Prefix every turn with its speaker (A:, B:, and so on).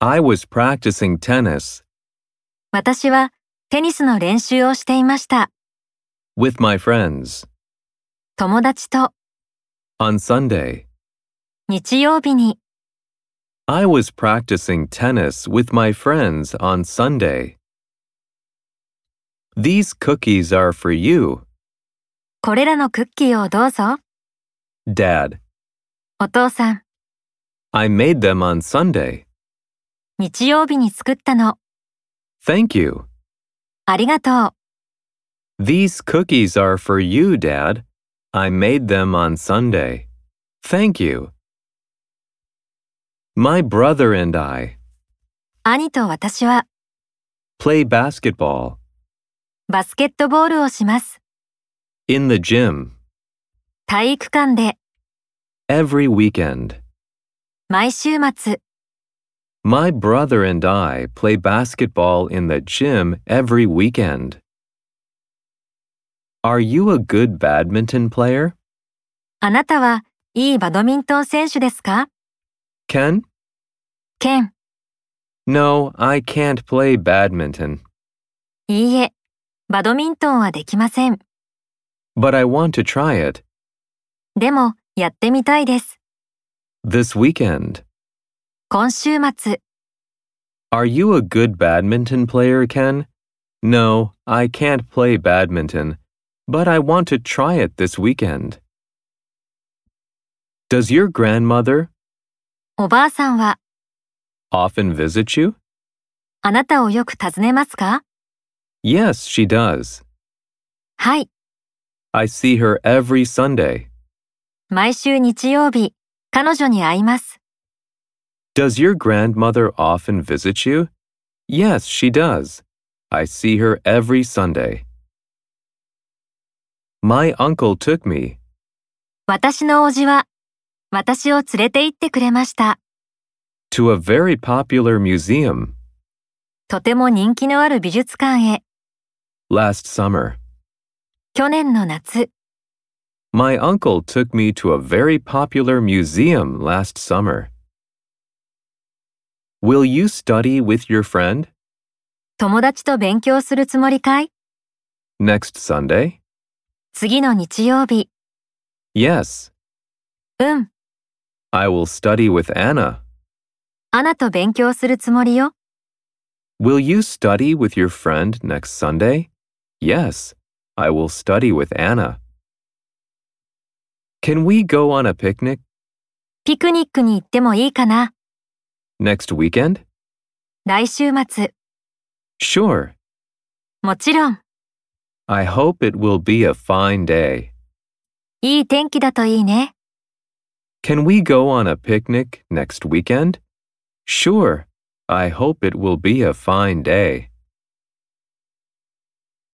A: I was practicing tennis
B: 私はテニスの練習をしていました。
A: with my friends
B: 友達と
A: on Sunday.
B: 日曜日に
A: I was practicing tennis with my friends on Sunday. These cookies are for you,
B: これらのクッキーをどうぞ。
A: Dad.
B: お父さん、
A: I made them on Sunday.
B: 日曜日に作ったの。
A: Thank you.
B: ありがとう。
A: These cookies are for you, Dad. I made them on Sunday. Thank you. My brother and I
B: 兄と私は
A: play basketball
B: バスケットボールをします。
A: in the gym
B: 体育館で
A: every weekend.
B: 毎週末、
A: My brother and I play basketball in the gym every weekend. Are you a good badminton player?
B: あなたはいいバドミントン選手ですか
A: Ken?
B: ケン、
A: No, I can't play badminton,
B: いいえ。バドミントンはできません。
A: but I want to try it
B: でも、やってみたいです。
A: this weekend.
B: 今週末、
A: Are you a good badminton player, Ken? No, I can't play badminton, but I want to try it this weekend. Does your grandmother
B: おばあさんは
A: often visit you?
B: あなたをよく訪ねますか
A: Yes, she does.
B: はい、
A: I see her every Sunday.
B: 毎週日曜日、彼女に会います。
A: Does your grandmother often visit you? Yes, she does. I see her every Sunday. My uncle took me
B: 私の叔父は、私を連れて行ってくれました。
A: to a very popular museum
B: とても人気のある美術館へ、
A: last summer.
B: 去年の夏、
A: My uncle took me to a very popular museum last summer. Will you study with your friend
B: 友達と勉強するつもりかい
A: next Sunday?
B: 次の日曜日、
A: Yes,
B: うん、
A: I will study with Anna.
B: アナと勉強するつもりよ。
A: Will you study with your friend next Sunday? Yes, I will study with Anna. Can we go on a picnic
B: ピクニックに行ってもいいかな
A: next weekend?
B: 来週末、
A: Sure.
B: もちろん、
A: I hope it will be a fine day.
B: いい天気だといいね。
A: Can we go on a picnic next weekend? Sure. I hope it will be a fine day.